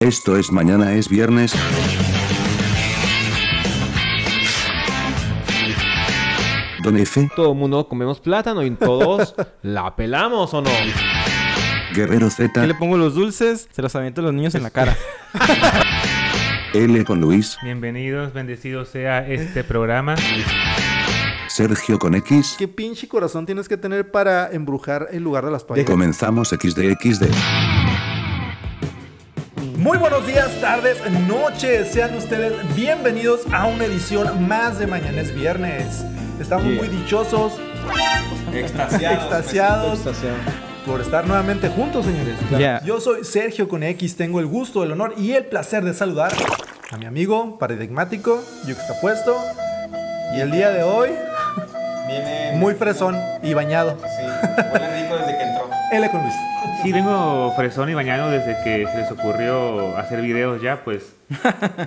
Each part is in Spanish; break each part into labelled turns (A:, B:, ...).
A: Esto es mañana es viernes. Don F.
B: Todo el mundo comemos plátano y todos la pelamos o no.
A: Guerrero
C: Yo le
A: Z.
C: pongo los dulces, se los aviento a los niños en la cara.
A: L con Luis.
D: Bienvenidos, bendecido sea este programa.
A: Sergio con X.
E: ¿Qué pinche corazón tienes que tener para embrujar el lugar de las toallas?
A: Comenzamos XDXD.
F: Muy buenos días, tardes, noches. Sean ustedes bienvenidos a una edición más de Mañana es Viernes. Estamos
C: Yeah.
F: muy dichosos, extasiados por estar nuevamente juntos, señores.
C: Yeah.
F: Yo soy Sergio con X. Tengo el gusto, el honor y el placer de saludar a mi amigo paradigmático, yuxtapuesto. Y el día de hoy,
G: Viene
F: muy fresón y bañado.
G: Sí, huele rico desde que entró.
F: L con Luis.
D: Sí, vengo fresón y bañado desde que se les ocurrió hacer videos ya, pues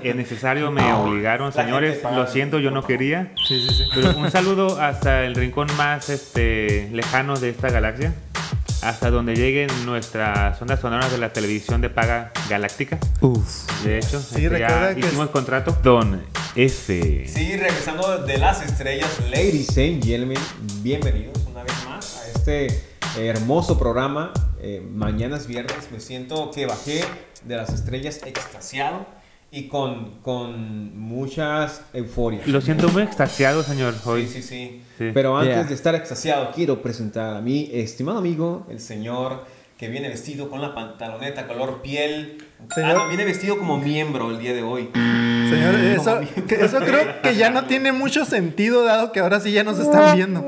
D: es necesario, me obligaron,
G: gente
D: señores,
G: paga.
D: lo siento, yo no quería.
F: Sí, sí, sí.
D: Pero un saludo hasta el rincón más este, lejano de esta galaxia, hasta donde lleguen nuestras ondas sonoras de la televisión de paga galáctica.
C: Uf.
D: De hecho, este,
F: recuerda
D: ya
F: que
D: hicimos
F: es-
D: contrato. Don F.
G: Sí, regresando de las estrellas, ladies and gentlemen, bienvenidos una vez más a este eh, hermoso programa. Eh, mañana es viernes, me siento que bajé de las estrellas extasiado y con, con muchas euforias.
D: Lo siento muy extasiado, señor, hoy.
G: Sí, sí, sí.
D: Sí.
G: Pero antes
C: Yeah.
G: de estar extasiado, quiero presentar a mi estimado amigo, el señor que viene vestido con la pantaloneta color piel.
F: Señor.
G: Ah, no, viene vestido como miembro el día de hoy.
F: Señor, eso, que- eso creo que ya no tiene mucho sentido dado que ahora sí ya nos están viendo.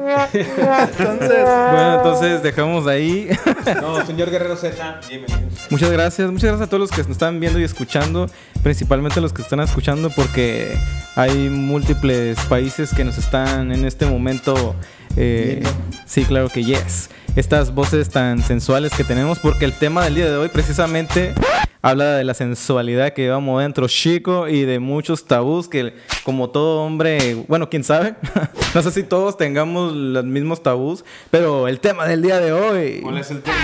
F: Entonces,
C: Bueno, entonces dejamos ahí.
G: No, señor Guerrero Z, bienvenidos.
C: Muchas gracias, muchas gracias a todos los que nos están viendo y escuchando, principalmente a los que están escuchando porque hay múltiples países que nos están en este momento... eh, sí, claro que yes. Estas voces tan sensuales que tenemos porque el tema del día de hoy precisamente habla de la sensualidad que llevamos dentro chico y de muchos tabús que como todo hombre, bueno, quién sabe, no sé si todos tengamos los mismos tabús, pero el tema del día de hoy...
G: es el tema?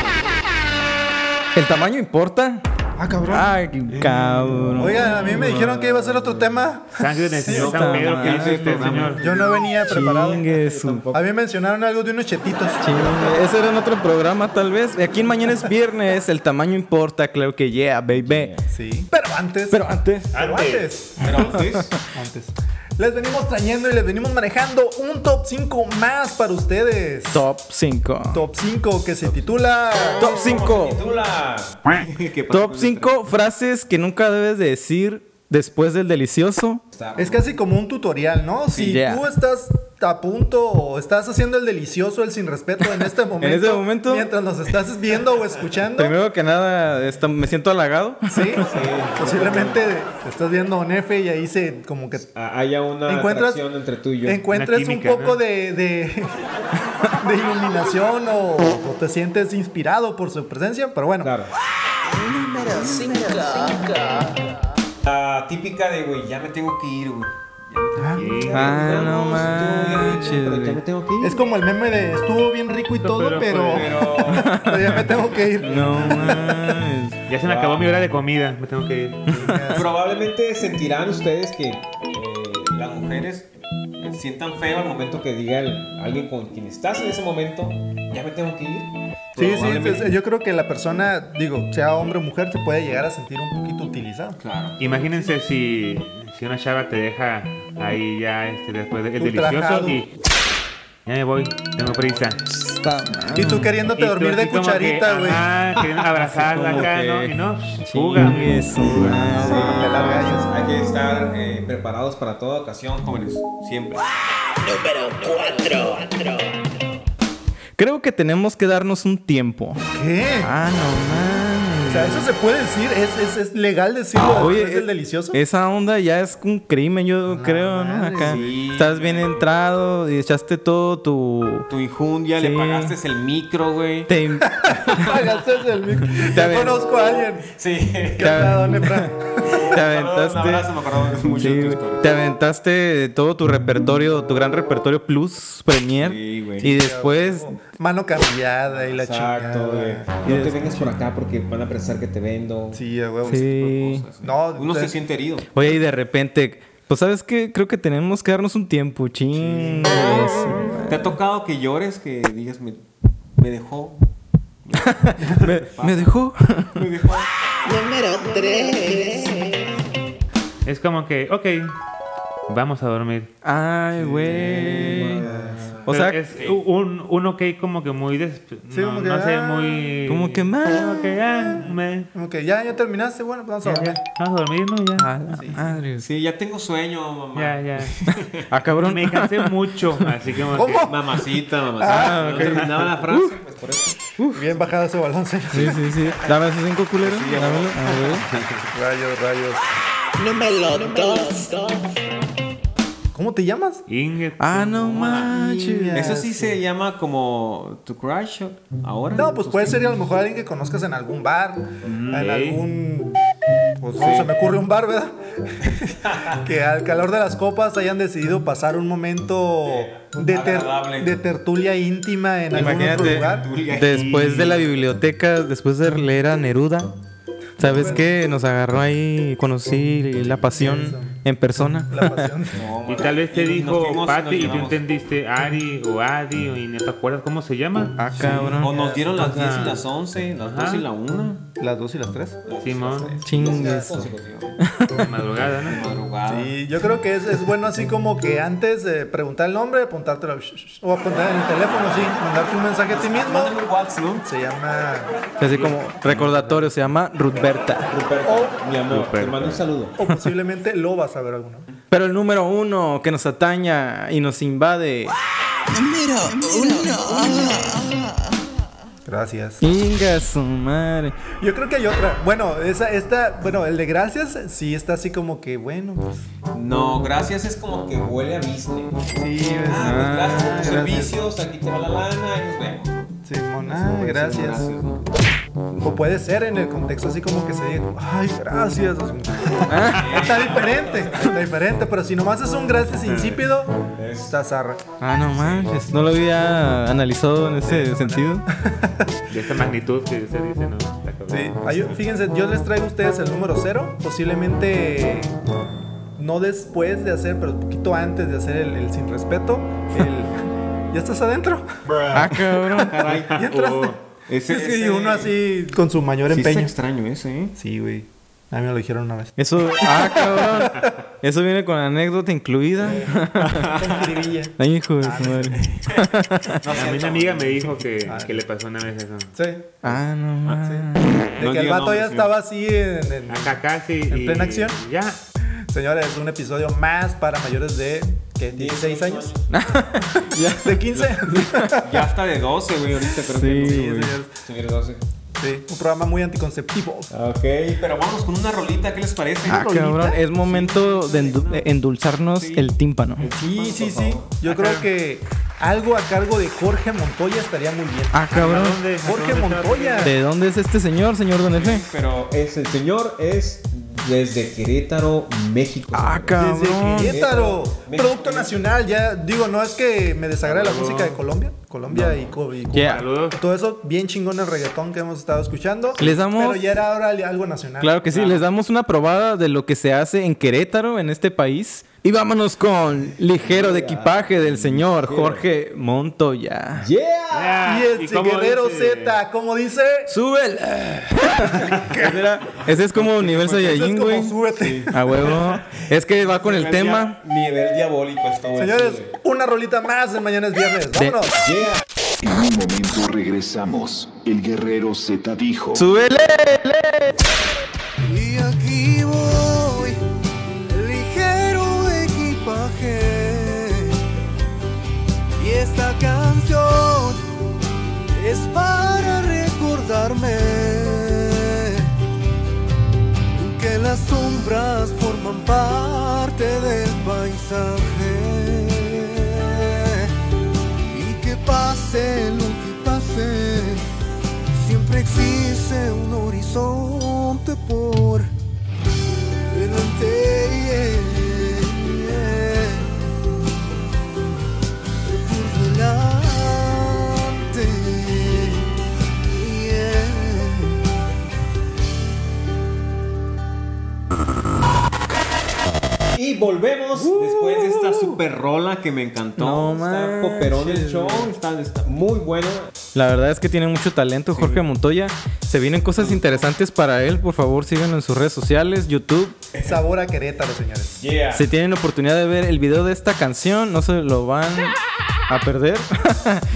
C: ¿El tamaño importa?
F: ah, cabrón.
C: Ay, cabrón.
F: Oigan, a mí me dijeron que iba a ser otro tema.
D: Sangre del señor
C: puta
D: San Pedro, ¿qué dice
C: madre,
D: usted,
C: no
D: señor?
F: Yo no venía preparado. Eh,
C: Chingue su-
F: A mí mencionaron algo de unos chetitos.
C: Chingue. Ese era en otro programa, tal vez. Aquí en Mañana es Viernes, el tamaño importa, claro que yeah, baby.
F: Sí. Pero antes.
C: Pero antes,
F: pero antes.
G: Pero antes,
F: Antes. Les venimos trayendo y les venimos manejando un top 5 más para ustedes.
C: top 5.
F: Top 5 que se titula.
C: Top 5.
G: titula. ¿Qué pasa
C: Top
G: con
C: 5 frases que nunca debes de decir después del delicioso.
G: esta?
F: Es casi como un tutorial, ¿no? Si
C: Yeah.
F: tú estás a punto o estás haciendo el delicioso, el sin respeto en este momento.
C: este momento.
F: Mientras nos estás viendo o escuchando.
C: Primero que nada, está- me siento halagado.
F: Sí, posiblemente te estás viendo a un F y ahí se como que
G: Ah, haya una
F: encuentras,
G: atracción entre tú y yo.
F: encuentras
D: Una química,
F: un poco
D: ¿no?
F: de, de, de iluminación o, o te sientes inspirado por su presencia, pero bueno.
G: Claro. La típica de, güey, ya me tengo que ir, güey.
F: Ah,
D: Sí.
C: Ah, no
G: Vamos, tú,
C: manches.
G: pero ya me
C: güey.
G: tengo que ir.
F: Es como el meme de estuvo bien rico y todo, pero,
D: pero-
G: pero-
F: pero ya me tengo que ir.
C: No manches.
D: Ya se me acabó mi hora de comida, me tengo que ir.
G: Probablemente sentirán ustedes que eh, las mujeres eh, sientan feo al momento que diga el- alguien con quien estás en ese momento, ya me tengo que ir.
F: Sí, sí,
G: Probablemente-
F: pues, yo creo que la persona, digo, sea hombre o mujer, se puede llegar a sentir un poquito utilizado.
G: Claro.
D: Imagínense si, si una chava te deja ahí ya este, después del
F: Ultrajado.
D: delicioso y. Ya me voy, tengo prisa.
F: Y tú queriéndote
D: Y tú
F: dormir
D: así
F: de
D: como
F: cucharita,
D: que,
F: güey.
D: Ah, queriendo abrazarla
C: Como
D: acá,
C: que-
D: ¿no? Y no, pues,
C: Chingue
D: fúgame.
C: su madre.
F: Te la regañas.
G: Hay que estar eh, preparados para toda ocasión, jóvenes. Siempre.
C: Creo que tenemos que darnos un tiempo.
F: ¿Qué?
C: Ah, no
F: O
C: mames.
F: sea, eso se puede decir, es, es, es legal decirlo
C: Oye,
F: después del
C: eh,
F: delicioso.
C: Esa onda ya es un crimen, yo creo, ¿no?
F: madre,
C: Acá
G: Ah, sí.
C: estás bien entrado y echaste todo tu.
G: Tu injundia,
C: Sí.
G: le pagaste el micro, güey.
C: Te,
F: Pagaste el micro.
C: Está
F: Ya
C: bien.
F: conozco a alguien.
G: Sí.
F: ¿Qué onda, don Efra?
C: Te aventaste.
G: Un abrazo, me acordaba mucho
C: Sí,
G: de tu
C: güey.
G: historia.
C: te aventaste todo tu repertorio, tu gran repertorio Plus, Premier.
G: Sí, güey.
C: y después,
F: Mano cambiada y la
G: Exacto, güey.
F: chingada.
G: No te vengas por acá porque van a pensar que te vendo.
F: Sí, a huevo.
C: sí.
F: No,
G: Uno se
F: ustedes-
G: siente herido.
C: Oye, y de repente, pues sabes que creo que tenemos que darnos un tiempo, ching. güey, sí.
G: ¿Te ha tocado que llores, que digas, me, me dejó?
C: Me, me dejó.
G: Me dejó.
D: Es como que, ok, vamos a dormir.
C: Ay, güey. O
D: Pero
C: sea,
D: es eh, un, un ok como que muy... des-
F: Sí,
D: no,
F: como que,
D: no sé,
F: ah,
D: muy...
C: como que, ma.
D: Como que, ah, me-
F: Ok, ya, ya terminaste. Bueno, pues vamos a
D: ya,
F: dormir.
D: ya, Vamos a dormir, ¿no?
C: a
D: Ya.
C: la madre.
G: Sí, ya tengo sueño, mamá.
D: Ya, ya.
C: Ah, cabrón.
D: Me cansé mucho, así que... como que-
G: Mamacita, mamacita.
C: Ah,
G: No
C: ok.
G: terminaba la frase,
D: Uh,
G: pues por eso.
F: Bien bajado ese balance.
C: Sí, sí, sí. Dame esos cinco culeros. dámelo. Ah, güey.
F: Rayos, rayos. ¿Cómo te llamas?
D: Inge,
C: Ah, no manches.
F: Ya,
G: Eso sí se llama como tu crush ahora.
F: No, pues puede ser a lo mejor alguien que conozcas en algún bar, en algún... Pues no, se me ocurre un bar, ¿verdad? que al calor de las copas hayan decidido pasar un momento de, ter-
G: Agradable.
F: de tertulia íntima en algún otro lugar.
C: Imagínate, después de la biblioteca, después de leer a Neruda, ¿sabes qué? Nos agarró ahí, conocí la
F: Eso.
C: pasión en persona.
F: La pasión.
D: Y tal vez te
G: Y nos
D: dijo
G: fuimos y nos
D: Pati y tú
G: llevamos.
D: entendiste Ari o Adi o y no te acuerdas cómo se llama.
C: Ah, cabrón.
G: O nos dieron las
D: Ajá.
G: 10 y las 11, las
D: Ajá.
G: 2 y la 1.
F: Las dos y las tres.
D: Simón,
C: Chingues.
F: pues,
D: de madrugada, ¿no?
G: Madrugada.
F: Sí, yo creo que es, es bueno así como que antes de preguntar el nombre, apuntártelo sh- sh- o apuntar en el teléfono, sí, mandarte un mensaje a ti mismo.
G: Mándale un WhatsApp, ¿no?
F: Se llama
C: Así como recordatorio, se llama Rutberta.
G: Ruperto, Oh, mi amor,
D: Ruperto.
G: te mando un saludo.
F: o posiblemente lo vas a ver alguno.
C: Pero el número uno que nos ataña y nos invade.
F: Gracias.
C: Chinga su madre.
F: Yo creo que hay otra. Bueno, esa esta, bueno, el de gracias sí está así como que bueno. pues,
G: No, gracias es como que huele a business.
F: sí, es-
G: Ah, pues gracias por tus
F: gracias.
G: servicios, aquí te va la lana y nos vemos.
F: Simón, ah, gracias.
G: ¿no?
F: O puede ser en el contexto así como que se diga, como, ay, gracias. así como- está diferente, está diferente, pero si nomás es un gracias insípido, está zarra.
C: Ah, no manches. No lo había analizado en ese sentido.
D: De esa magnitud que se dice, ¿no? Está cabrón.
F: Sí, hay- fíjense, yo les traigo a ustedes el número cero, posiblemente no después de hacer, pero poquito antes de hacer el, el sin respeto. el- ¿Ya estás adentro?
C: Ah, cabrón.
G: Caray.
F: ¿Ya entraste?
G: Oh, ese-
F: es que
G: ese-
F: uno así con su mayor
G: Sí está
F: empeño.
G: extraño ese, ¿eh?
F: Sí, güey. A mí me lo dijeron una vez.
C: Eso, ah, cabrón. Eso viene con anécdota incluida. Ay, hijo de
F: Ah,
C: su madre.
D: A mí una amiga me dijo que, que le pasó una vez eso.
F: Sí.
C: Ah, no manches.
F: De
G: No
F: que el
G: diga
F: vato ya
G: nombres,
F: estaba así en, en-
D: Acá casi.
F: ¿En
D: y-
F: plena acción?
D: Ya.
F: Señores, un episodio más para mayores de ¿qué? 16 años. Ya, de 15.
G: Ya hasta de 12, güey, ahorita creo
C: Sí,
G: que.
C: güey.
G: Sí, de 12.
F: sí, un programa muy anticonceptivo.
G: Ok, pero vamos con una rolita, ¿qué les parece?
C: Ah, cabrón. Es momento de endu- de endulzarnos el tímpano.
F: Sí, sí, sí. Yo creo que algo a cargo de Jorge Montoya estaría muy bien.
C: Ah, cabrón.
D: ¿Dónde?
F: Jorge
D: ¿Dónde estaba?
F: Montoya.
C: ¿De dónde es este señor, señor Don Efe?
G: Pero es el señor es desde Querétaro, México.
C: Ah,
G: señores.
F: Desde
C: cabrón.
F: Querétaro,
G: México.
F: producto nacional, ya digo, no es que me desagrade la música de Colombia, Colombia y, Cu- y Cuba.
C: Yeah.
D: Saludos.
F: Todo eso bien chingón el reggaetón que hemos estado escuchando.
C: Les damos-
F: Pero ya era ahora algo nacional.
C: Claro que sí, les damos una probada de lo que se hace en Querétaro, en este país. Y vámonos con ligero de equipaje del señor Jorge Montoya.
G: Yeah.
D: Ya.
F: Ah, Y el
D: cómo
F: guerrero
D: dice?
F: Z, ¿cómo dice?
C: ¡Súbela! Ese era- Ah. Ese es como nivel
F: Eso es
C: Saiyajin,
F: como
C: güey.
F: súbete.
C: A huevo. Es que va con el tema.
G: Nivel diabólico esto, güey.
F: Señores,
G: Sí, güey.
F: una rolita más de mañana es viernes. Vámonos.
G: Yeah.
H: En un momento regresamos. El guerrero Z dijo.
C: ¡Súbele!
I: Y aquí voy, ligero de equipaje. Y esta canción es para recordarme que las sombras forman parte del paisaje. Y que pase lo que pase siempre existe un horizonte por
G: Y volvemos después de esta super rola que me encantó.
C: Uh. No
G: está poperón el
C: manches,
G: show, está, está muy buena.
C: La verdad es que tiene mucho talento Jorge Montoya. Se vienen cosas interesantes para él. Por favor, síganlo en sus redes sociales, YouTube.
F: Sabor a Querétaro, señores.
G: Yeah.
C: Si tienen la oportunidad de ver el video de esta canción, no se lo van a perder.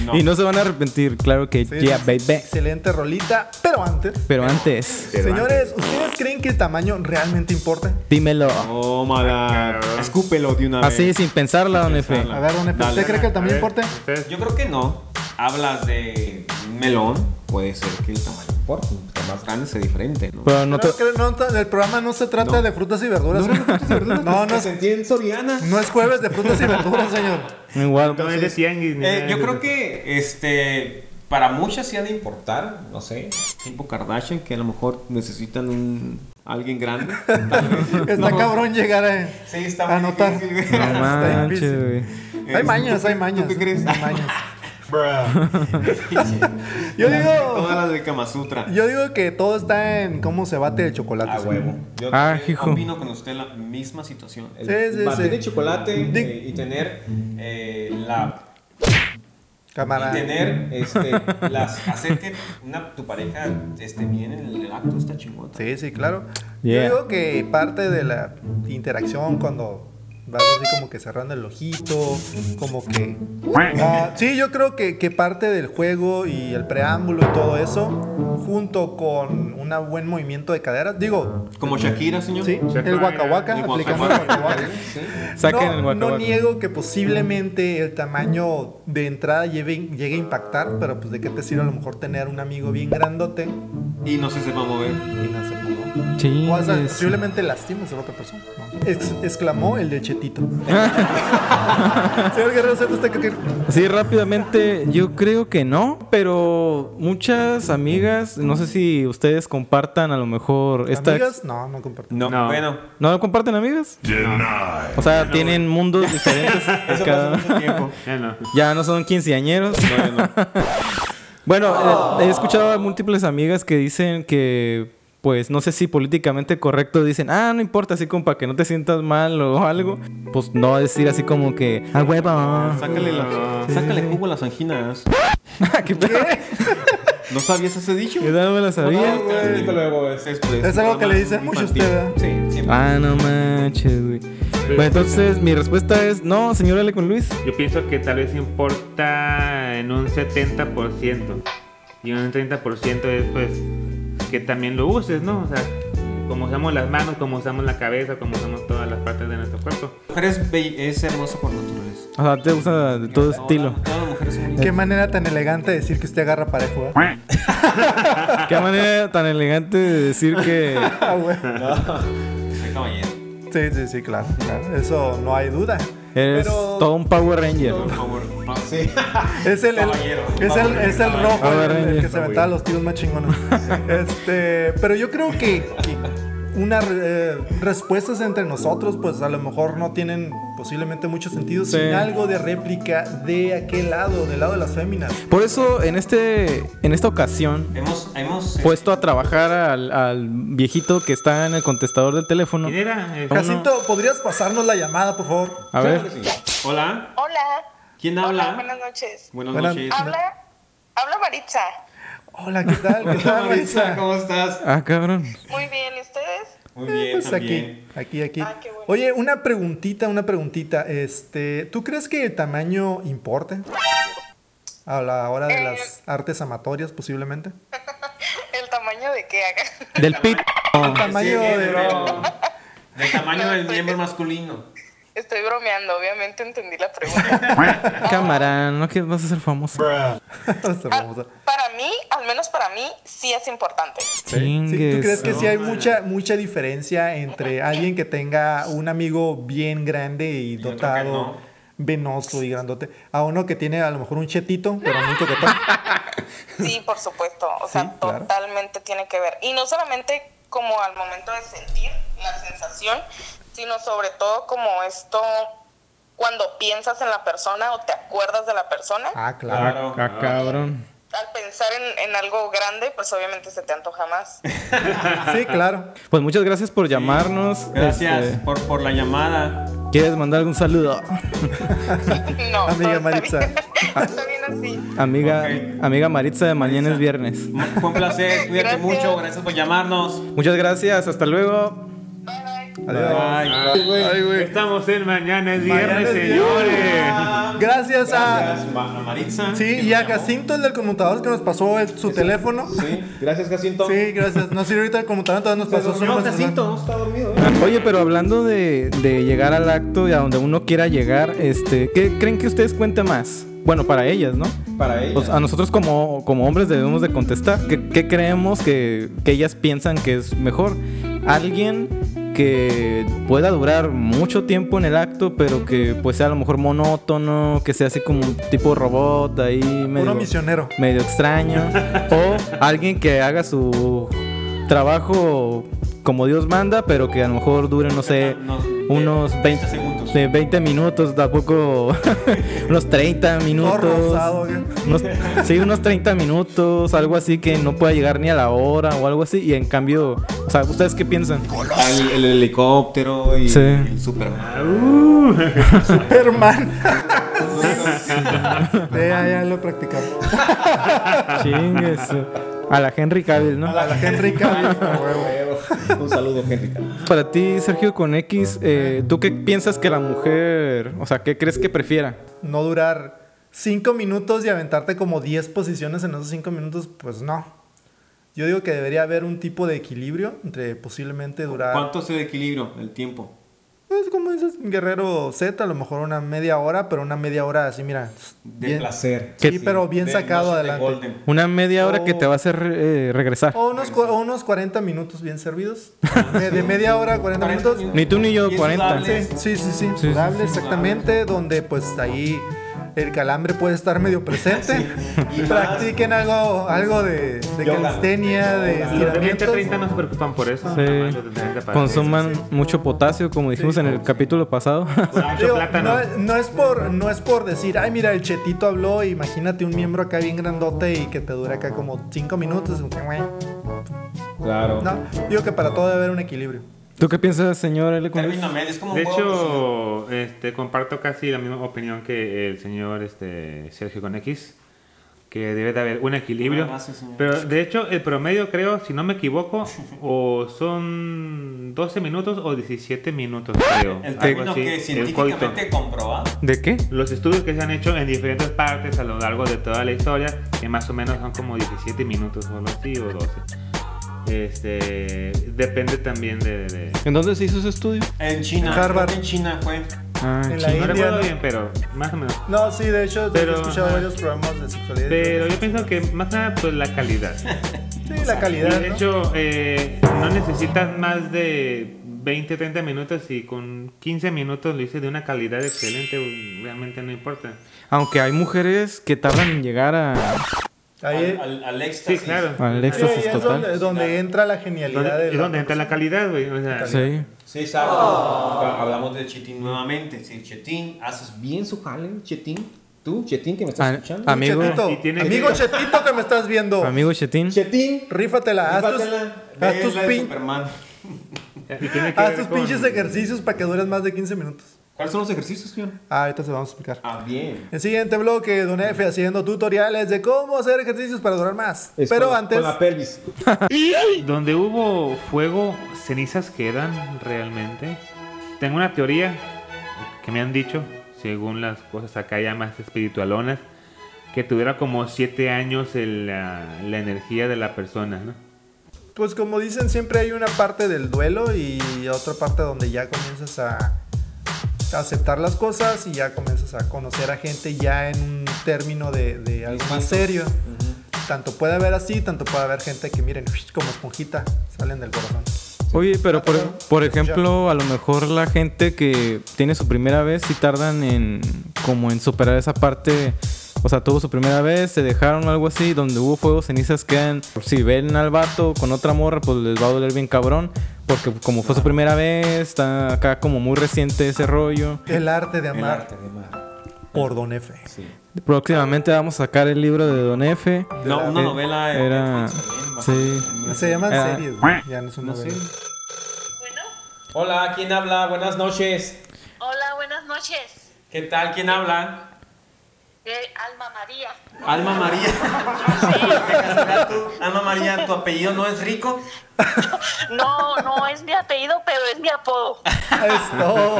G: No.
C: y no se van a arrepentir, claro que
F: Sí,
C: yeah,
F: sí,
C: baby.
F: Excelente rolita, pero antes.
C: Pero antes,
F: Señores, ¿ustedes creen que el tamaño realmente importa?
C: dímelo.
G: Tómala. Oh, Escúpelo de una vez.
C: Así, sin pensarla, don Efe.
G: pensarla.
F: A ver, don Efe,
G: Dale.
F: ¿usted cree que el tamaño
D: A ver,
F: importa?
D: ustedes-
G: Yo creo que no. Hablas de un melón, puede ser que el tamaño importe. Entre más grande sea diferente, ¿no?
C: Pero no te-
F: Creo que no, el programa no se trata
G: No.
F: de frutas y verduras. No, no,
G: Me
F: es,
G: sentí en Soriana.
F: no es jueves de frutas y verduras, señor.
C: Igual.
D: No es de tianguis ni
G: Eh,
D: nada
G: yo
D: de
G: creo
D: eso.
G: que este para muchas sí ha de importar, no sé, tipo Kardashian, que a lo mejor necesitan un alguien grande. Tal vez.
F: Está
G: No.
F: cabrón llegar a
G: Sí, está muy
F: anotar.
G: difícil, güey.
C: No manches,
F: difícil.
C: güey.
G: Eh,
F: Hay mañas,
G: ¿tú-
F: hay
G: tú
F: mañas.
G: qué crees?
F: Hay mañas. Yo
G: Todas
F: digo,
G: las de Kama Sutra.
F: yo digo que todo está en cómo se bate el chocolate.
G: a
F: señor.
G: huevo. Yo
C: Ah,
G: también
C: hijo.
G: combino con usted la misma situación. El
F: Sí, sí,
G: batir
F: sí.
G: de chocolate
F: Di-
G: eh, y tener eh, la
F: Cámara.
G: Y tener, este, las, hacer que una, tu pareja esté bien en el acto, está chingón.
F: Sí, sí, claro.
C: Yeah.
F: Yo digo que parte de la interacción cuando vas así como que cerrando el ojito, como que... Ah, sí, yo creo que, que parte del juego y el preámbulo y todo eso, junto con un buen movimiento de caderas, digo,
G: Como Shakira, señor.
F: sí, el guacahuaca,
G: El
F: aplicando el
G: guacahuaca.
F: guacahuaca.
G: Sí.
C: Saquen
F: no,
C: el
F: no
C: guacahuaco.
F: niego que posiblemente el tamaño de entrada lleve- llegue a impactar, pero pues de qué te sirve a lo mejor tener un amigo bien grandote
G: Y no se sepa mover.
F: y no se pudo. O hasta
C: Chingues.
F: posiblemente lastimes a la otra persona. ¿no? Ex- exclamó el del chetito. Señor Guerrero, ¿sabe usted qué tiene?
C: Sí, rápidamente, yo creo que no, pero muchas amigas, no sé si ustedes compartan a lo mejor esta...
F: ¿Amigas? No, no comparto.
G: No.
D: No.
G: Bueno,
C: ¿No lo comparten amigas? O sea, tienen mundos diferentes.
G: eso
C: cada-
G: pasa mucho tiempo.
D: Ya no.
C: Ya no son quinceañeros. bueno, eh, he escuchado a múltiples amigas que dicen que, pues, no sé si políticamente correcto dicen, ah, no importa, así como para que no te sientas mal o algo. Pues no decir así como que, ah, huevo.
G: Sácale, la, sácale jugo a las anginas.
C: Ah, ¿Qué pedo?
G: ¿No sabías ese dicho?
C: Yo no me lo sabía.
G: Explico luego, es, es-
F: Es algo que le dicen mucho a
G: infantil.
F: usted, ¿verdad?
G: Sí, siempre.
C: Ah, no manches, güey. Bueno, entonces mi respuesta es no, señor Ale con Luis.
D: Yo pienso que tal vez importa en un 70% y un 30% es pues que también lo uses, ¿no? O sea, como usamos las manos, como usamos la cabeza, como usamos todas las partes de nuestro cuerpo.
G: Mujer es, be- es hermosa por naturaleza.
C: O sea, te gusta de todo estilo.
G: Todas las mujeres son
F: Qué
G: bonitas.
F: manera tan elegante de decir que usted agarra parejo. ¿eh?
C: Qué manera tan elegante de decir que.
F: Ah, güey.
G: Soy caballero.
F: Sí, sí, sí, claro, claro. Eso no hay duda.
C: Eres
F: Pero-
C: todo un Power Ranger.
G: Por favor. No, sí.
F: Es el, el-
G: Caballero.
F: es el, es el
G: Caballero.
F: rojo el, el
C: Caballero.
F: que se aventaba los tiros más chingones. Este, pero yo creo que, que unas eh, respuestas entre nosotros, pues a lo mejor no tienen posiblemente mucho sentido
C: Sí.
F: sin algo de réplica de aquel lado, del lado de las féminas.
C: Por eso, en este. En esta ocasión,
G: Hemos, hemos eh,
C: puesto a trabajar al, al viejito que está en el contestador del teléfono.
D: ¿Quién era? Eh,
F: Jacinto, ¿podrías pasarnos la llamada, por favor?
C: A
G: Claro
C: ver.
G: que sí. Hola.
J: Hola.
G: ¿Quién
J: Hola,
G: habla?
J: buenas noches.
G: Buenas
F: Buenas-
G: noches.
J: Habla, habla Maritza.
F: Hola, ¿qué tal? ¿Qué
G: Hola,
F: tal,
G: Marisa,
F: Marisa?
G: ¿cómo estás?
C: Ah, cabrón.
J: Muy bien, ¿y ustedes?
G: Muy bien,
F: Pues aquí,
G: también.
F: aquí, aquí.
J: Ah, qué bueno.
F: Oye, una preguntita, una preguntita. Este, ¿tú crees que el tamaño importe? A la hora de
J: Eh.
F: las artes amatorias, posiblemente.
J: El tamaño de qué haga.
C: Del pit.
F: El tamaño
G: Sí,
F: de.
G: pero Del tamaño del miembro masculino.
J: Estoy bromeando, obviamente entendí la pregunta.
C: Cámara, no que vas a ser famoso.
F: Está famosa.
J: Para mí, al menos para mí, sí es importante.
F: Sí, ¿Tú crees
C: Chingues.
F: que sí hay mucha, mucha diferencia entre alguien que tenga un amigo bien grande y
G: otro que
F: dotado,
G: no.
F: venoso y grandote, a uno que tiene a lo mejor un chetito, pero muy coquetón?
J: Sí, por supuesto. O sea,
F: Sí, claro.
J: totalmente tiene que ver. Y no solamente como al momento de sentir la sensación, sino sobre todo como esto cuando piensas en la persona o te acuerdas de la persona.
F: Ah, claro.
C: Ah, cabrón.
J: al pensar en, en algo grande, pues obviamente se te antoja más.
G: Ah.
C: Sí, claro. Pues muchas gracias por llamarnos.
G: Gracias
C: Este,
G: por, por la llamada.
C: ¿Quieres mandar algún saludo?
J: No,
C: Amiga
J: no, está
C: Maritza.
J: bien. Está bien así.
C: Amiga, amiga Maritza, de mañana es viernes.
G: Fue un placer, cuídate
J: Gracias.
G: mucho, gracias por llamarnos.
C: Muchas gracias, hasta luego.
G: Bye.
D: Estamos en mañana, es viernes,
F: Mañana es
D: señores.
F: Gracias, a.
G: Gracias, Ma- a Maritza.
F: Sí,
G: que
F: y a
G: nos llamó.
F: Jacinto, el del conmutador, que nos pasó el- su teléfono.
G: Sí, gracias, Jacinto.
F: Sí, gracias. No sirve ahorita el computador, todavía nos pasó su
G: No,
F: número
G: Jacinto, no está dormido. ¿eh?
C: Oye, pero hablando de, de llegar al acto y a donde uno quiera llegar, este, ¿qué creen que ustedes cuente más? Bueno, para ellas, ¿no?
G: Para ella.
C: Pues a nosotros como, como hombres debemos de contestar. ¿Qué, qué creemos que, que ellas piensan que es mejor? Alguien que pueda durar mucho tiempo en el acto, pero que pues sea a lo mejor monótono, que sea así como un tipo robot ahí medio,
F: Uno misionero.
C: medio extraño. o alguien que haga su trabajo como Dios manda, pero que a lo mejor dure, no sé,
G: Nos-
C: unos 20
G: segundos.
C: De 20 minutos, tampoco unos 30
F: Todo
C: minutos.
F: rosado, güey.
C: Unos- sí, unos 30 minutos, algo así que no pueda llegar ni a la hora o algo así. Y en cambio, o sea, ¿ustedes qué piensan?
G: El, el helicóptero y
C: Sí.
G: el Superman.
F: Superman. ya, ya lo practicamos.
C: Chingues. A la Henry Cavill, ¿no?
F: A la Henry Cavill.
G: Un saludo, Henry.
C: Para ti, Sergio, con X, eh, ¿tú qué piensas que la mujer, o sea, qué crees que prefiera?
F: No durar cinco minutos y aventarte como 10 posiciones en esos cinco minutos, pues no. Yo digo que debería haber un tipo de equilibrio entre posiblemente durar.
G: ¿Cuánto es el equilibrio? El tiempo.
F: Pues como dices, Guerrero Z, a lo mejor una media hora, pero una media hora así, mira.
G: De
F: bien-
G: placer.
F: Sí, pero bien
G: De-
F: sacado
G: no se te
F: adelante.
G: golden.
C: Una media hora que
F: Oh.
C: te va a hacer eh, regresar.
F: O unos, cua- o unos 40 minutos bien servidos. De, de media hora a 40 minutos.
C: Ni tú ni yo,
G: Y es
C: 40.
G: sudable.
F: Sí, sí, sí.
C: sí,
F: sudable,
C: sí,
F: exactamente. Donde pues ahí el calambre puede estar medio presente.
G: Y más.
F: Practiquen algo, algo de, de
G: Yoga.
F: calistenia, de
D: Los de 20 a
F: estiramientos.
D: 30 no se preocupan por eso.
C: Sí.
D: nada más los de 30 para
C: Consuman mucho potasio, como dijimos en el capítulo pasado.
D: Con mucho
F: Digo,
D: plátano.
F: no, no es por, no es por decir, ay, mira, el chetito habló, imagínate un miembro acá bien grandote y que te dure acá como 5 minutos.
G: Claro.
F: No, digo que para todo debe haber un equilibrio.
C: ¿Tú qué piensas, señor L. Conde?
G: Término medio, es como un
D: De
G: juego
D: hecho, este, comparto casi la misma opinión que el señor este, Sergio con X, que debe de haber un equilibrio.
G: Una base, señor.
D: Pero de hecho, el promedio creo, si no me equivoco, o son 12 minutos o 17 minutos, creo.
G: El
D: algo
G: término
D: así,
G: que
D: el
G: científicamente
D: coito.
G: comprobado.
C: ¿De qué?
D: Los estudios que se han hecho en diferentes partes a lo largo de toda la historia, que más o menos son como 17 minutos o algo así, o 12. Este, depende también de... de-
C: ¿En dónde se hizo ese estudio?
G: En China.
F: En
G: creo
F: Harvard.
G: que En China fue.
C: Ah,
F: En
C: chi-
F: la
D: no
F: India.
D: recuerdo
F: ¿no?
D: bien, pero más o menos.
F: No, sí, de hecho,
D: Pero-
F: yo he escuchado varios programas de sexualidad.
D: Pero yo pienso que más nada pues la calidad.
F: sí, la
D: Y
F: calidad.
D: de
F: ¿no?
D: hecho, eh, no necesitas más de 20, 30 minutos y con 15 minutos lo hice de una calidad excelente, realmente no importa.
C: Aunque hay mujeres que tardan en llegar a...
F: Ahí,
G: Al, al, al
D: Sí,
G: éxtasis.
D: claro.
C: Al
F: Sí, ahí
C: éxtasis
F: es
C: total.
F: donde, donde entra la genialidad
D: ¿Dónde,
F: de
D: es donde entra la calidad, güey. O sea,
C: Sí.
G: Sí, sabe. Hablamos de Chetín nuevamente. Oh. Sí, Chetín, haces bien su jale, Chetín. Tú, Chetín, que me estás
C: A-
G: escuchando.
C: amigo,
F: Chetito,
D: Y tiene-
F: amigo Chetito que me estás viendo,
C: amigo Chetín.
G: Chetín.
F: rífatela, haz tus,
G: Rífatela,
F: haz
G: ve
F: tus
G: la de
F: pin-
G: Ah, Superman.
D: y tiene que
F: haz
D: ver
F: tus
D: con-
F: Ah, pinches ejercicios para que duren más de 15 minutos.
G: ¿Cuáles son los ejercicios, John?
F: Ah, ahorita se lo vamos a explicar.
G: Ah, bien.
F: El siguiente bloque, Don Efe haciendo tutoriales de cómo hacer ejercicios para durar más.
G: Es
F: Pero
G: con-
F: antes,
G: Con la pelvis.
D: Donde hubo fuego, cenizas quedan realmente. Tengo una teoría que me han dicho, según las cosas acá ya más espiritualonas, que tuviera como siete años el, la, la energía de la persona, ¿no?
F: pues como dicen, siempre hay una parte del duelo y otra parte donde ya comienzas a aceptar las cosas y ya comienzas a conocer a gente ya en un término de, de algo más serio. Tanto puede haber así, tanto puede haber gente que miren, como esponjita, salen del corazón.
C: Oye, pero por, por ejemplo, a lo mejor la gente que tiene su primera vez sí tardan en como en superar esa parte. O sea, tuvo su primera vez, se dejaron o algo así, donde hubo fuego, cenizas quedan. Si ven al vato con otra morra, pues les va a doler bien cabrón. Porque como fue su primera vez, está acá como muy reciente ese rollo.
F: El arte de
G: El
F: amar
G: arte de mar.
F: por Don Efe.
G: Sí.
C: Próximamente vamos a sacar el libro de Don F.
G: No,
C: Eh,
G: una novela en
C: Era.
G: Netflix también,
C: Sí.
G: bastante.
F: Se llaman
C: Era-
F: series, ya no son
G: No sé.
F: novelas.
G: Hola, ¿quién habla? Buenas noches.
K: Hola, buenas noches.
G: ¿Qué tal? ¿Quién habla?
K: Eh, Alma María.
G: Alma María. ¿De casualidad tú, Alma María, ¿tu apellido no es rico?
K: No, no es mi apellido, pero es mi apodo.
F: Esto.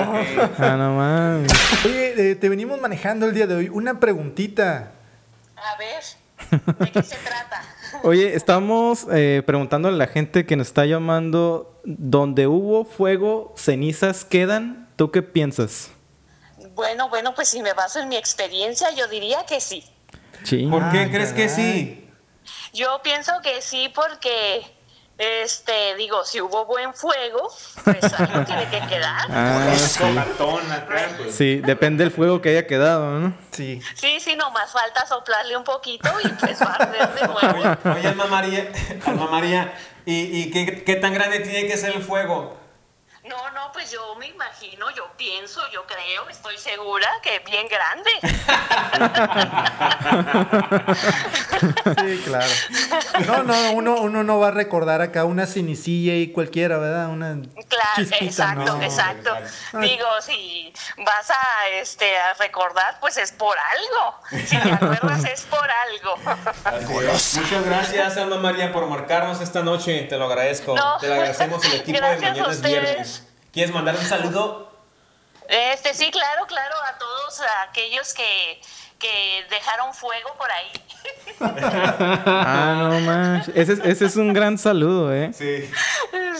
C: Ah, no mames.
F: Oye, eh, te venimos manejando el día de hoy. Una preguntita.
K: A ver.
C: Oye, estamos eh, preguntándole a la gente que nos está llamando: ¿Donde hubo fuego, cenizas quedan? ¿Tú qué piensas?
K: Bueno, bueno, pues si me baso en mi experiencia, yo diría que sí.
C: Ching.
G: ¿Por qué crees que sí?
K: Yo pienso que sí porque, este, digo, si hubo buen fuego, pues algo tiene que quedar.
C: Ah, sí.
G: pues.
C: Sí, depende del fuego que haya quedado, ¿no?
F: Sí.
K: Sí, sí, nomás falta soplarle un poquito y pues va a arder de nuevo.
G: Oye, Alma María, Alma María, ¿y, y qué, qué tan grande tiene que ser el fuego?
K: No, no, pues yo me imagino, yo pienso, yo creo, estoy segura que bien grande.
F: Sí, claro. No, no, uno, uno no va a recordar acá una cinicilla y cualquiera, ¿verdad? Una
K: Claro,
F: chispita,
K: exacto,
F: ¿no?
K: exacto. Digo, si vas a este a recordar, pues es por algo. Si te acuerdas es por algo.
G: Muchas gracias, Alma María, por marcarnos esta noche. Te lo agradezco.
K: No.
G: Te lo agradecemos el equipo de
K: Gracias a
G: Mañana es
K: ustedes.
G: Viernes. ¿Quieres mandar un saludo?
K: Este sí, claro, claro, a todos aquellos que, que dejaron fuego por ahí.
C: Ah, no manches. Ese, es- ese es un gran saludo, ¿eh?
G: Sí.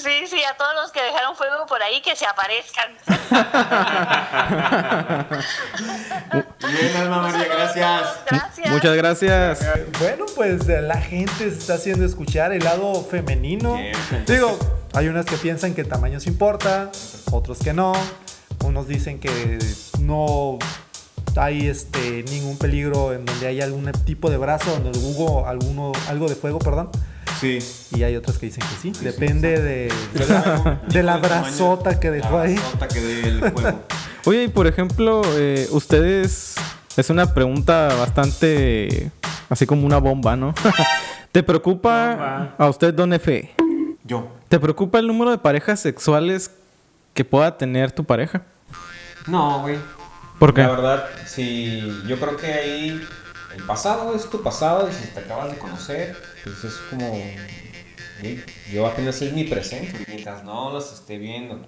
K: Sí, sí, a todos los que dejaron fuego por ahí que se aparezcan.
G: Bien, Alma María, gracias.
K: Gracias.
C: Muchas gracias.
F: Bueno, pues eh, la gente se está haciendo escuchar el lado femenino. Digo, hay unas que piensan que tamaño se importa, otros que no. Unos dicen que no hay este, ningún peligro en donde hay algún tipo de brazo, donde hubo alguno, algo de fuego, perdón.
G: Sí.
F: Y hay otras que dicen que sí. Depende de,
G: exacto.
F: de la
G: Tipo de tamaño.
F: brazota que dejó ahí.
G: Nota que dé el fuego.
C: Oye, y por ejemplo, eh, ustedes. Es una pregunta bastante. Así como una bomba, ¿no? ¿Te preocupa a usted, don Efe?
G: Yo.
C: ¿Te preocupa el número de parejas sexuales que pueda tener tu pareja?
G: No, güey.
C: ¿Por qué?
G: La verdad, sí, yo creo que ahí el pasado es tu pasado y si te acabas de conocer, pues es como... güey, Yo apenas es mi presente, mientras no los esté viendo.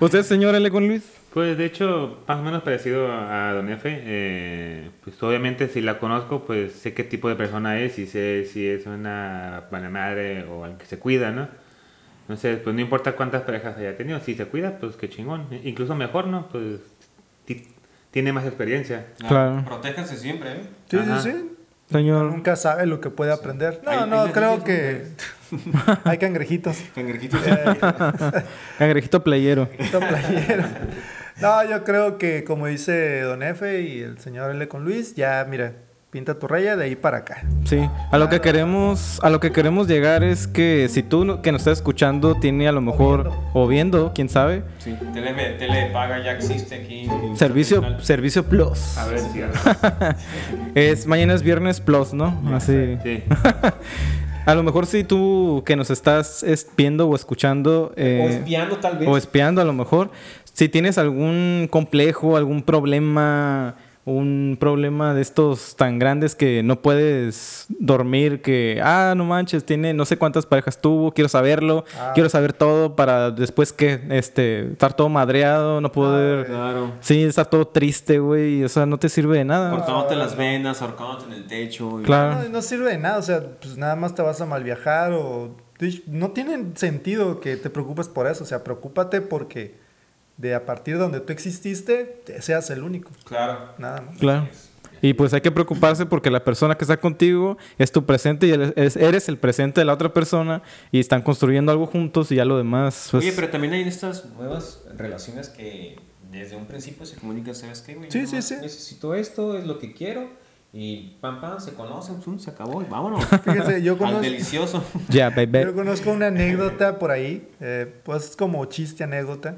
C: ¿Usted, señor L. con Luis?
D: Pues de hecho, más o menos parecido a Don Efe. eh, pues obviamente si la conozco, pues sé qué tipo de persona es y sé si es una buena madre o alguien que se cuida, ¿no? Entonces, pues no importa cuántas parejas haya tenido, si se cuida, pues qué chingón. Eh, Incluso mejor, ¿no? Pues ti- tiene más experiencia.
C: Claro.
G: Protéjanse siempre, ¿eh?
F: Sí,
D: Ajá.
F: sí, sí.
C: Señor.
F: Nunca sabe lo que puede aprender. No,
G: Hay- hay
F: no, creo
G: cangrejitos,
F: que hay cangrejitos.
G: Cangrejitos.
C: Cangrejito playero.
F: Esta playera. No, yo creo que como dice Don Efe y el señor L con Luis, ya mira, pinta tu raya de ahí para acá.
C: Sí, a lo que queremos, a lo que queremos llegar es que si tú no- que nos estás escuchando tiene a lo mejor o viendo, quién sabe,
G: Sí. Tele, telepaga ya existe aquí.
C: servicio servicio plus.
D: A ver si...
C: Es mañana es viernes plus, ¿no? Así.
D: Sí.
C: A lo mejor si tú que nos estás es- viendo o escuchando eh,
G: o espiando tal vez.
C: o espiando a lo mejor, si tienes algún complejo, algún problema, un problema de estos tan grandes que no puedes dormir, que, ah, no manches, tiene no sé cuántas parejas tuvo, quiero saberlo, quiero saber todo para después que, este, estar todo madreado, no poder...
G: Claro.
C: Sí, estar todo triste, güey, o sea, no te sirve de nada.
G: Cortándote las venas, ahorcándote en el techo. y-
C: Claro.
F: No, no sirve de nada, o sea, pues nada más te vas a mal viajar o no tiene sentido que te preocupes por eso, o sea, preocúpate porque de a partir de donde tú exististe, te- seas el único,
G: Claro.
F: nada más.
C: Claro. Y pues hay que preocuparse porque la persona que está contigo es tu presente y eres, eres el presente de la otra persona y están construyendo algo juntos y ya lo demás. pues,
G: Oye, pero también hay estas nuevas relaciones que desde un principio se comunican, ¿sabes qué, güey?
F: Sí,
G: Yo
F: sí,
G: nomás
F: sí.
G: Necesito esto, es lo que quiero. Y pam, pam, se conocen, pum, se acabó y vámonos.
F: Fíjese, yo
G: Al
F: conozco-
G: delicioso.
C: Ya, baby.
F: Yo conozco una anécdota por ahí, eh, pues como chiste anécdota,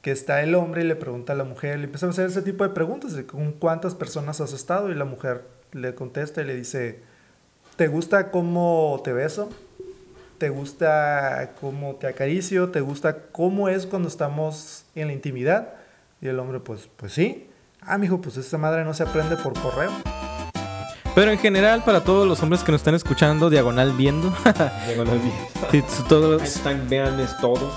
F: que está el hombre y le pregunta a la mujer, le empieza a hacer ese tipo de preguntas, de con cuántas personas has estado y la mujer le contesta y le dice, ¿te gusta cómo te beso? ¿Te gusta cómo te acaricio? ¿Te gusta cómo es cuando estamos en la intimidad? Y el hombre, pues, pues sí. Ah, mijo, pues esa madre no se aprende por correo.
C: Pero en general, para todos los hombres que nos están escuchando, diagonal viendo.
G: Diagonal viendo.
C: Sí, t- todos.
G: Hashtag véanles todos.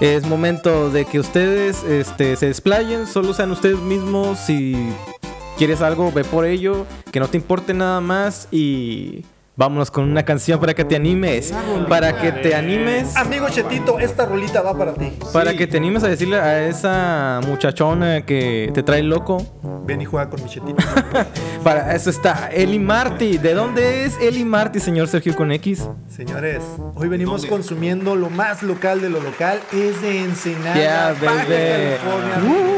C: Es momento de que ustedes este, se desplayen, solo sean ustedes mismos. Si quieres algo, ve por ello, que no te importe nada más y vámonos con una canción para que te animes. Para que te animes.
F: Amigo Chetito, esta rolita va para ti.
C: Para que te animes a decirle a esa muchachona que te trae loco.
F: Ven y juega con mi Chetito.
C: Para eso está Eli Marty. ¿De dónde es Eli Marty, señor Sergio con X?
F: Señores, hoy venimos consumiendo lo más local de lo local, es de Ensenada,
C: Yeah,
F: Baja
C: baby.
F: California,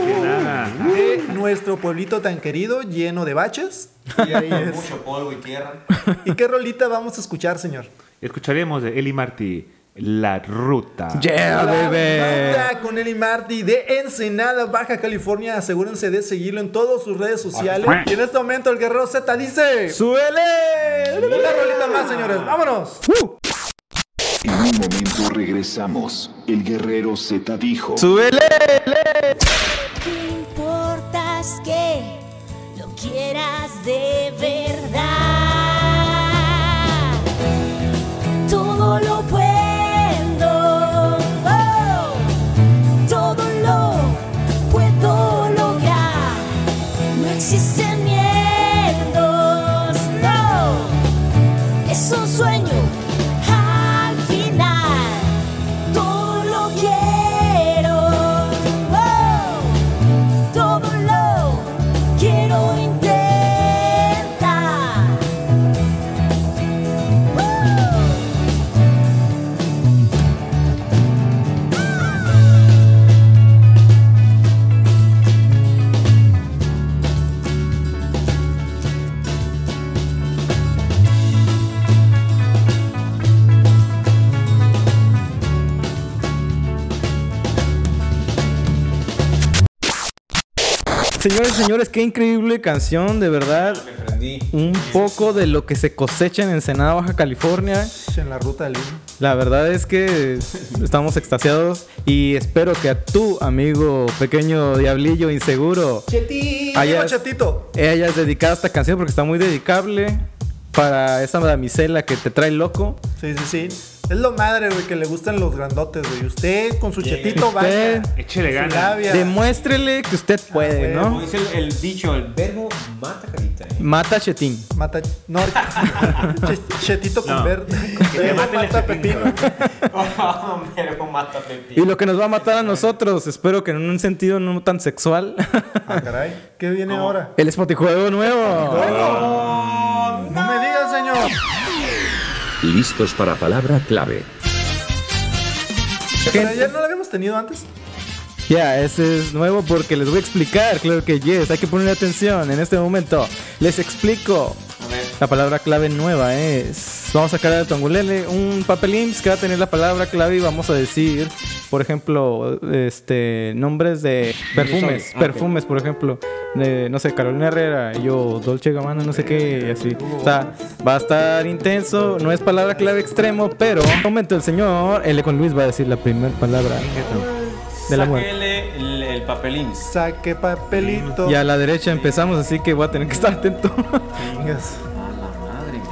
D: Uh,
F: de nuestro pueblito tan querido, lleno de baches.
G: Y hay mucho polvo y tierra.
F: ¿Y qué rolita vamos a escuchar, señor?
D: Escucharemos de Eli Martí, La Ruta.
C: Yeah,
F: La
C: baby.
F: Ruta con Eli Marty de Ensenada, Baja California. Asegúrense de seguirlo en todas sus redes sociales. Y en este momento el Guerrero Z dice...
C: ¡Suele!
F: Una rolita más, señores. ¡Vámonos!
H: En un momento regresamos. El guerrero Z dijo.
C: ¡Súbele!
L: ¿Qué importas que lo quieras de verdad? Todo lo puedo, oh, todo lo puedo lograr. No existen miedos, no. Es un sueño al final. Todo lo quiero, oh, todo lo quiero intentar. Oh.
C: Señores, señores, qué increíble canción, de verdad.
G: Me prendí.
C: Un poco de lo que se cosecha en Ensenada, Baja California.
F: En la ruta del Lima.
C: La verdad es que estamos extasiados y espero que a tu amigo pequeño diablillo inseguro
F: Chetito,
C: Allá-
F: Chetito.
C: hayas dedicado esta canción porque está muy dedicable para esa damisela que te trae loco.
F: Sí, sí, sí. Es lo madre, güey, que le gustan los grandotes, güey. Usted con su chetito
C: Usted
F: vaya.
D: Échele
F: Su
D: ganas.
F: labia.
C: Demuéstrele que usted puede,
F: bueno.
C: ¿no?
G: Como dice el, el dicho, el verbo mata carita. ¿eh?
C: Mata Chetín.
F: Mata. No, ch- chetito con
D: No.
F: verde.
D: Que te maten el
F: Mata
D: pepino.
F: pepino.
G: Oh, verbo mata pepino.
C: Y lo que nos va a matar a nosotros, espero que en un sentido no tan sexual,
F: Ah, caray. ¿Qué viene ahora?
C: el Spotijuego nuevo.
F: ¡No! ¡No me digas, señor!
M: Listos para palabra clave.
F: Pero ya no lo habíamos tenido antes.
C: Ya, ese es nuevo porque les voy a explicar, claro que yes, hay que poner atención en este momento. Les explico.
G: A ver.
C: La palabra clave nueva es. Vamos a sacar al Tongulele un papel IMSS que va a tener la palabra clave y vamos a decir, por ejemplo, este nombres de perfumes.
G: Ah, ok.
C: Perfumes, por ejemplo. de, no sé, Carolina Herrera, yo, Dolce Gabbana, no sé qué, y así. O sea, va a estar intenso, no es palabra clave extremo, pero en un momento el señor L con Luis va a decir la primera palabra de la muerte.
G: Sáquele el, el papelín.
F: Saque papelito.
C: Y a la derecha empezamos, así que voy a tener que estar atento.
F: Chingas.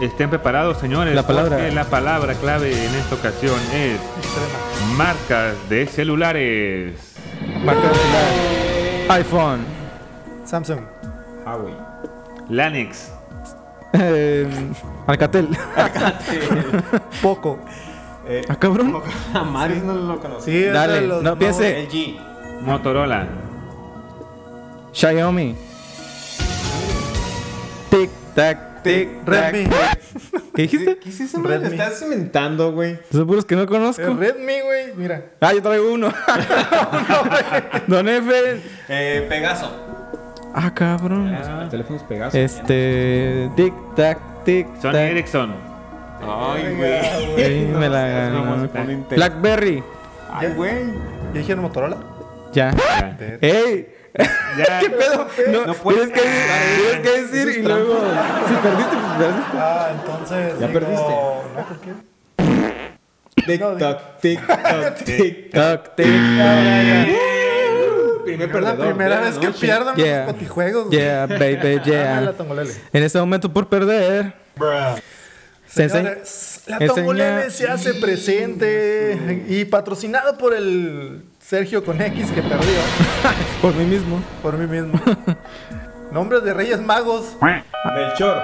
D: Estén preparados, señores.
C: La palabra.
D: porque la palabra clave en esta ocasión es marcas de celulares.
C: Marca de celular. iPhone.
F: Samsung.
G: Huawei.
D: Lanix.
C: Eh, Alcatel.
F: Poco.
G: Eh,
C: Ah, cabrón.
G: a Maris no lo conocí.
F: Sí, es de
C: Dale,
F: los-
C: no piense.
G: LG.
D: Motorola.
C: Xiaomi. Tic tac, tic
F: Redmi.
C: tac. ¿Qué dijiste?
G: ¿Qué es eso,
F: Redmi.
G: man? Lo estás inventando, güey.
C: Son puros que no conozco.
F: El Redmi, güey. Mira.
C: Ah, yo traigo uno. Don F.
G: Eh, Pegaso.
C: Ah, cabrón.
G: El teléfono es Pegaso.
C: Este. Tic tac, tic
D: Eh,
F: Este.
D: Sony
C: tac.
D: Ericsson.
G: Ay, güey.
C: Sí, me la
G: Vamos
C: ganó.
G: a poner un teléfono.
C: Blackberry.
G: Ay, güey.
F: ¿Ya dijeron Motorola?
C: Ya. ¡Ey!
F: Ya.
C: ¿Qué pedo? No, tienes, que, tienes que decir y luego. Si perdiste, pues perdiste.
F: Ah, entonces.
C: Ya perdiste.
F: ¿no? ¿Por qué?
G: Tic-tac, tic-tac, tic-tac,
F: Es la primera vez que pierdo en
C: Yeah.
F: los potijuegos.
C: Yeah, baby, yeah.
F: Dame Ah, la tongolele.
C: En este momento por perder. Se
F: Señores,
C: ense-
F: la
C: enseña-
F: Tongolele se hace presente y patrocinado por el Sergio con X que perdió.
C: Por mí mismo.
F: Por mí mismo. Nombres de Reyes Magos.
G: Melchor.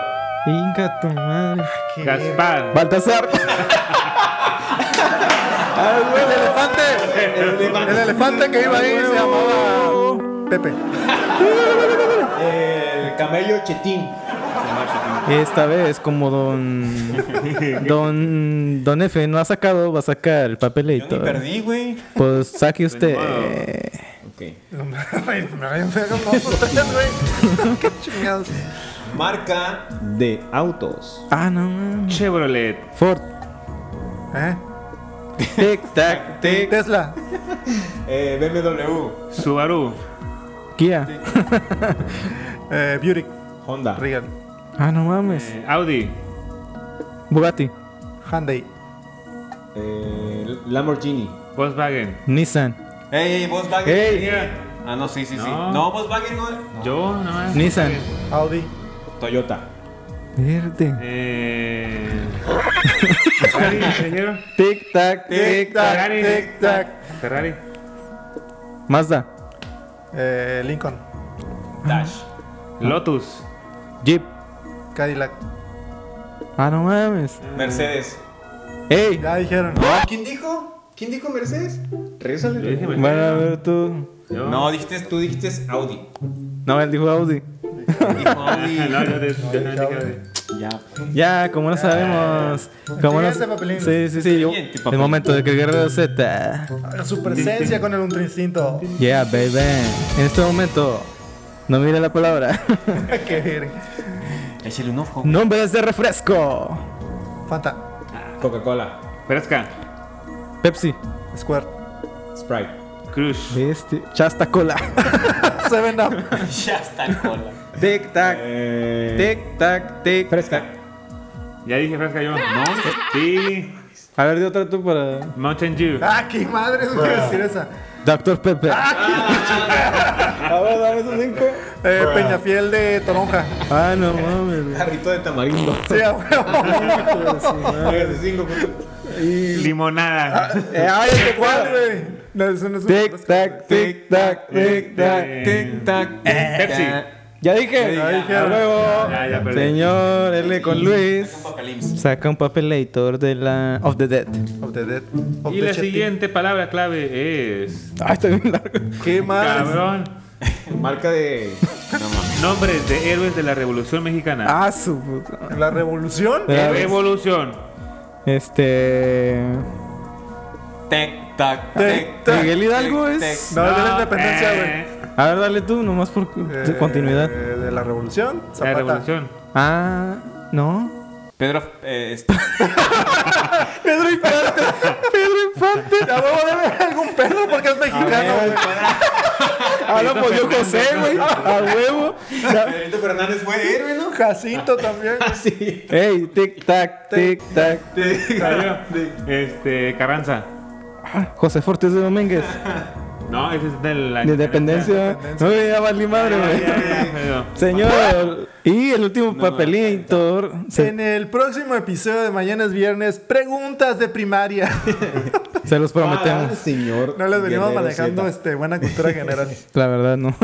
C: Inga tu madre.
F: Qué
D: Gaspar.
C: Baltasar.
F: El elefante. El elefante que iba ahí se llamaba Pepe.
G: El camello Chetín.
C: Esta vez, como don. Don. Don F no ha sacado, va a sacar el papelito.
G: Perdí, güey.
C: Pues saque usted. eh,
G: Ok.
F: Me habían pegado como ustedes, güey. Qué chingados.
G: Marca de autos.
C: Ah, no, mames.
D: Chevrolet.
C: Ford.
F: ¿Eh?
C: Tic tac, tic.
F: Tesla.
G: Eh, BMW.
D: Subaru.
C: Kia.
F: Eh, Buick.
G: Honda.
F: Regal.
C: Ah, no mames.
D: eh, Audi.
C: Bugatti.
F: Hyundai.
G: Eh, Lamborghini.
D: Volkswagen.
C: Nissan.
G: Ey, ey, Volkswagen.
C: Ey.
G: Ah, no, sí, sí, sí.
D: No.
G: No, Volkswagen no. no.
D: Yo, no es.
C: Nissan.
F: Audi.
G: Toyota.
C: Verde.
D: Eh. Ferrari, ingeniero.
C: Tic tac, tic tac.
D: Ferrari.
F: Tic tac.
D: Ferrari.
C: Mazda.
F: Eh, Lincoln.
G: Dash.
D: Lotus.
C: Jeep.
F: Cadillac.
C: Ah, no mames.
G: Mercedes.
C: Ey.
F: Ya dijeron.
G: Ah, ¿Quién dijo? ¿Quién dijo Mercedes? Regresale.
D: Yo dije
C: Van
D: Mercedes.
C: a ver tú.
D: Yo-
G: No, dijiste, tú dijiste Audi.
C: No, él dijo Audi.
G: Dijo Audi.
D: Ah, no, yo de- yo no dije Audi.
G: Ya.
C: Ya, como no sabemos. Como no...
F: Siguiente papelín.
C: Sí, sí, sí. yo-
G: Siguiente
C: El
G: papelín.
C: momento de que el Guerrero Z.
F: Haga Su presencia con el ultra instinto.
C: Yeah, baby. En este momento, no mire la palabra.
F: Qué verga.
G: Échale un ojo.
C: Nombres de refresco:
F: Fanta.
G: Coca-Cola.
D: Fresca.
C: Pepsi,
F: Square.
G: Sprite.
D: Crush.
C: este, Chasta Cola,
F: Seven Up.
G: Ya está cola.
C: Tic Tac,
G: Eh,
C: Tic Tac, Tic.
G: Fresca.
D: Ya dije fresca yo. No. Sí.
C: A ver, de otra tú para.
D: Mountain Dew.
F: Ah, qué madre es decir esa.
C: Dr. Pepper. Ah, A ver, dame esos cinco.
F: Eh, Peñafiel de Toronja.
C: Ah, no mames.
G: Jarrito de tamarindo.
F: Sí, a huevo.
D: Limonada.
C: Ay, este
F: ¿Cuál, güey? No, eso no es un
C: Tic
F: refresco.
C: Tac, Tic Tac, Tic Tac, Tic Tac.
D: Pepsi.
C: Ya dije.
F: Ya dije.
C: A huevo.
D: Ya, ya perdí.
C: Señor L con Luis.
G: Papalims.
C: Saca un papelator de la. Of the Dead.
F: Of the Dead. Of
D: Y
F: the
D: la
F: Chetty.
D: siguiente palabra clave es.
C: Ay, está bien largo.
F: ¿Qué más?
D: Cabrón.
G: Marca de. No mames.
D: Nombres de héroes de la Revolución Mexicana.
C: Ah, su puta.
F: ¿La revolución?
C: Eh.
D: De Revolución.
C: Este.
G: Tec, tac,
F: Tec,
G: tec,
F: tac.
G: tac.
C: Miguel Hidalgo
G: tic,
C: es-
F: No, es de la
D: No,
F: independencia,
D: eh,
F: güey.
C: A ver, dale tú, nomás por
F: Eh,
C: continuidad.
F: De la revolución. Zapata.
D: La Revolución.
C: Ah, no.
G: Pedro. eh, este,
C: Pedro Infante. Pedro Infante.
F: Ya huevo debe haber algún perro porque es mexicano, güey.
C: Habla por Dios José, güey. A huevo.
G: Pedrito Fernández fue héroe, ¿no?
F: Jacinto también.
G: Sí.
C: Ey, tic tac, tic tac.
D: Este, Carranza.
C: José Fortes de Domínguez.
D: No, ese es de la
C: De Ah, dependencia. Uy, ya valí madre,
D: Ya,
C: güey.
D: ya, ya, pero-
C: Señor. Y el último papelito. Se,
F: En el próximo episodio de Mañana es Viernes, preguntas de primaria.
C: se los
G: Ah,
C: prometemos.
G: señor.
F: No les venimos
G: Guerrero
F: manejando
G: Z.
F: este, buena cultura general.
C: La verdad, no.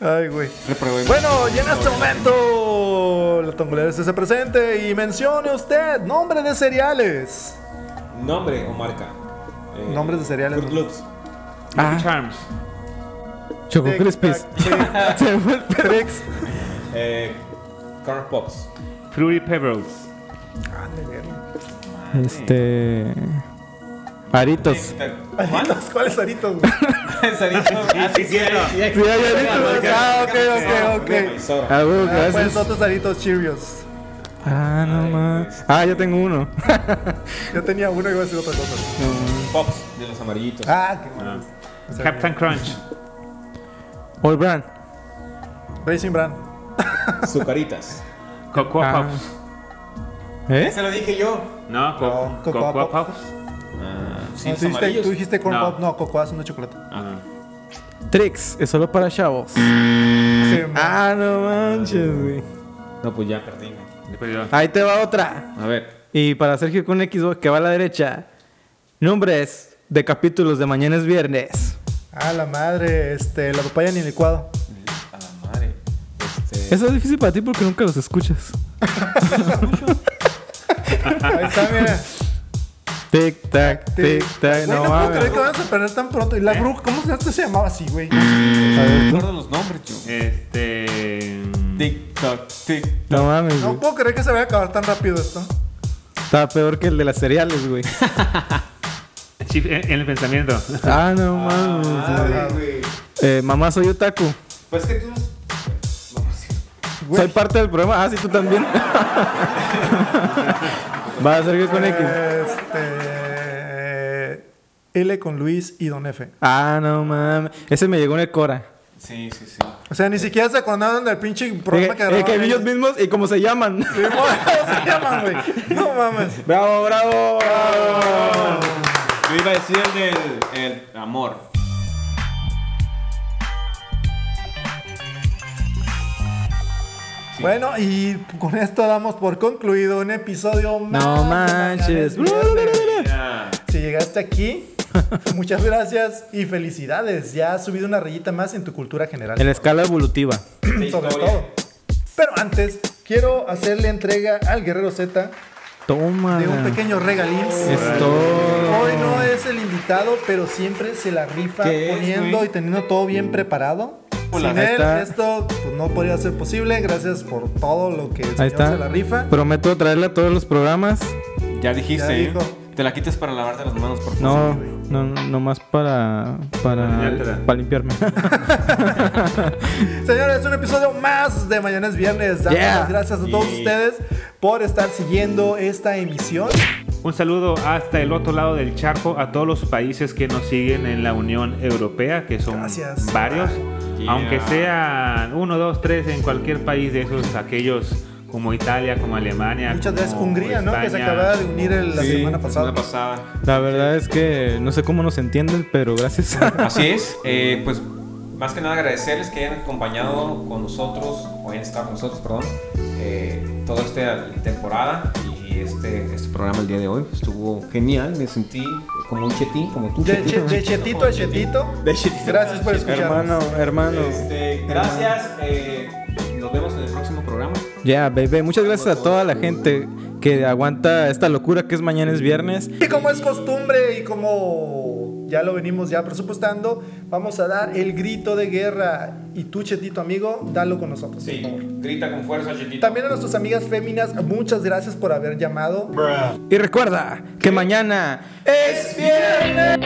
F: Ay, güey.
G: Reprobé.
F: Bueno, ya en este momento la tongolera se hace presente y mencione usted nombre de cereales.
G: Nombre o marca. Eh,
F: Nombres de cereales.
G: Fruit Loops.
D: Lucky
C: Ah,
D: Charms.
C: Choco
F: Tic,
C: Crispis.
F: tac, tic.
C: Se fue el Perex.
G: Eh, Corn Pops.
D: Fruity Pebbles.
C: Este. Aritos.
G: Tic, tac.
F: Aritos, ¿Cuáles aritos? güey?
G: Sarito. Ah, sí, sí, sí.
C: Sí, hay aritos.
F: Ah, ok, ok, ok.
G: Maizora.
C: Ah, huevo,
F: Ah, pues
C: gracias.
F: otros aritos Cheerios.
C: Ah, no más. Ah, yo tengo uno.
F: Yo tenía uno y iba a decir otra cosa.
G: Pops de los amarillitos.
F: Ah, qué mal.
D: Captain Crunch.
C: All Brand.
F: Racing Brand.
G: Zucaritas.
D: Cocoa
C: Ah.
D: Puffs.
C: ¿Eh?
G: Se lo dije yo.
D: No, co-
F: Cocoa
D: Cocoa
F: Puffs.
D: Puffs.
G: Chips
F: No, Ah, tú, dijiste,
G: amarillos.
F: tú dijiste corn
D: No.
F: pop, no, cocoa es una chocolate.
C: Trix, es solo para chavos. ah, no manches, güey.
G: No, pues ya perdí. güey.
C: Ahí te va otra.
G: A ver.
C: Y para Sergio con X que va a la derecha. Nombres de capítulos de mañana es viernes.
F: Ah, la madre, este, la papaya ni licuado.
G: Madre. Este.
C: Eso es difícil para ti porque nunca los escuchas.
F: Ahí está, mira.
C: Tic tac, tic
F: Güey,
C: tac, no
F: no puedo creer
C: mames. ¿Eh?
F: que vamos a perder tan pronto. ¿Y la bruja? ¿Cómo se, esto se llamaba así, güey?
C: A
G: No
C: ver, tú.
G: recuerdo los nombres, yo.
D: Este.
G: Tic tac, tic.
C: No mames, güey.
F: No puedo creer que se vaya a acabar tan rápido esto.
C: Está peor que el de las cereales, güey.
D: Chip en en el pensamiento.
C: Ah, no mames. güey.
G: güey.
C: Eh, mamá, soy otaku.
G: Pues que tú.
F: Güey.
C: Soy parte del programa. Ah, sí, tú también. va, Sergio con X.
F: Este. L con Luis y Don F.
C: Ah, no mames. Ese me llegó en el Cora.
G: Sí, sí, sí.
F: O sea, ni siquiera se acordaron del pinche
C: Eh,
F: programa que
C: eh,
F: grabaron.
C: que ellos mismos y cómo se llaman.
F: Sí, ¿Cómo se llaman, güey? No mames.
C: bravo, bravo.
G: Yo iba a decir el del el amor.
F: Bueno, y con esto damos por concluido un episodio más.
C: No
F: de
C: manches.
F: Mañana es Viernes. Si llegaste aquí, muchas gracias y felicidades. Ya has subido una rayita más en tu cultura general.
C: En la escala evolutiva.
F: sobre todo. Pero antes, quiero hacerle entrega al Guerrero Z
C: Toma.
F: de un pequeño regalín.
C: Es todo.
F: Hoy no es el invitado, pero siempre se la rifa
G: ¿Qué es,
F: poniendo
G: güey? Mm. Pues
F: y teniendo todo bien preparado.
G: Hola.
F: Sin
C: Ahí
F: él,
C: está.
F: esto pues, no podría ser posible. Gracias por todo lo que el
C: Ahí
F: señor
C: está.
F: se la rifa.
G: Pues-
C: Prometo traerla a todos los programas.
G: Ya dijiste,
F: Ya
G: ¿eh?
F: dijo.
G: Te la quitas para lavarte las manos, por favor.
C: No, no, no, nomás para. Para.
D: Bañártela.
C: Para limpiarme.
F: Señores, un episodio más de Mañana es Viernes. Damos
C: Yeah.
F: las gracias a todos
G: Yeah.
F: ustedes por estar siguiendo esta emisión.
D: Un saludo hasta el otro lado del charco a todos los países que nos siguen en la Unión Europea, que son
F: Gracias.
D: varios.
G: Yeah.
D: Aunque sean uno, dos, tres en cualquier país de esos, aquellos como Italia, como Alemania.
F: Muchas
D: como
F: gracias. Hungría, ¿no? Que se
D: España.
F: acaba de unir el- la
G: Sí,
F: semana pasada.
G: La semana pasada.
C: La verdad es que no sé cómo nos entienden, pero gracias.
G: Así es. eh, pues más que nada agradecerles que hayan acompañado con nosotros, o hayan estado con nosotros, perdón, eh, toda esta temporada y este, este programa el día de hoy. Estuvo genial, me sentí como un chetín, como tú.
F: De,
G: chetín.
F: che- de chetito a chetito.
G: De chetito.
F: Gracias por escucharnos.
C: hermano, hermano.
G: Este, gracias. eh, nos vemos en el próximo programa.
C: Ya, baby. Muchas gracias a toda la gente que aguanta esta locura que es mañana es viernes.
F: Y como es costumbre y como ya lo venimos ya presupuestando, vamos a dar el grito de guerra. Y tú, Chetito, amigo, dalo con nosotros.
G: Sí,
F: por favor.
G: grita con fuerza, chetito.
F: También a nuestras amigas féminas, muchas gracias por haber llamado.
C: Y recuerda que mañana es viernes.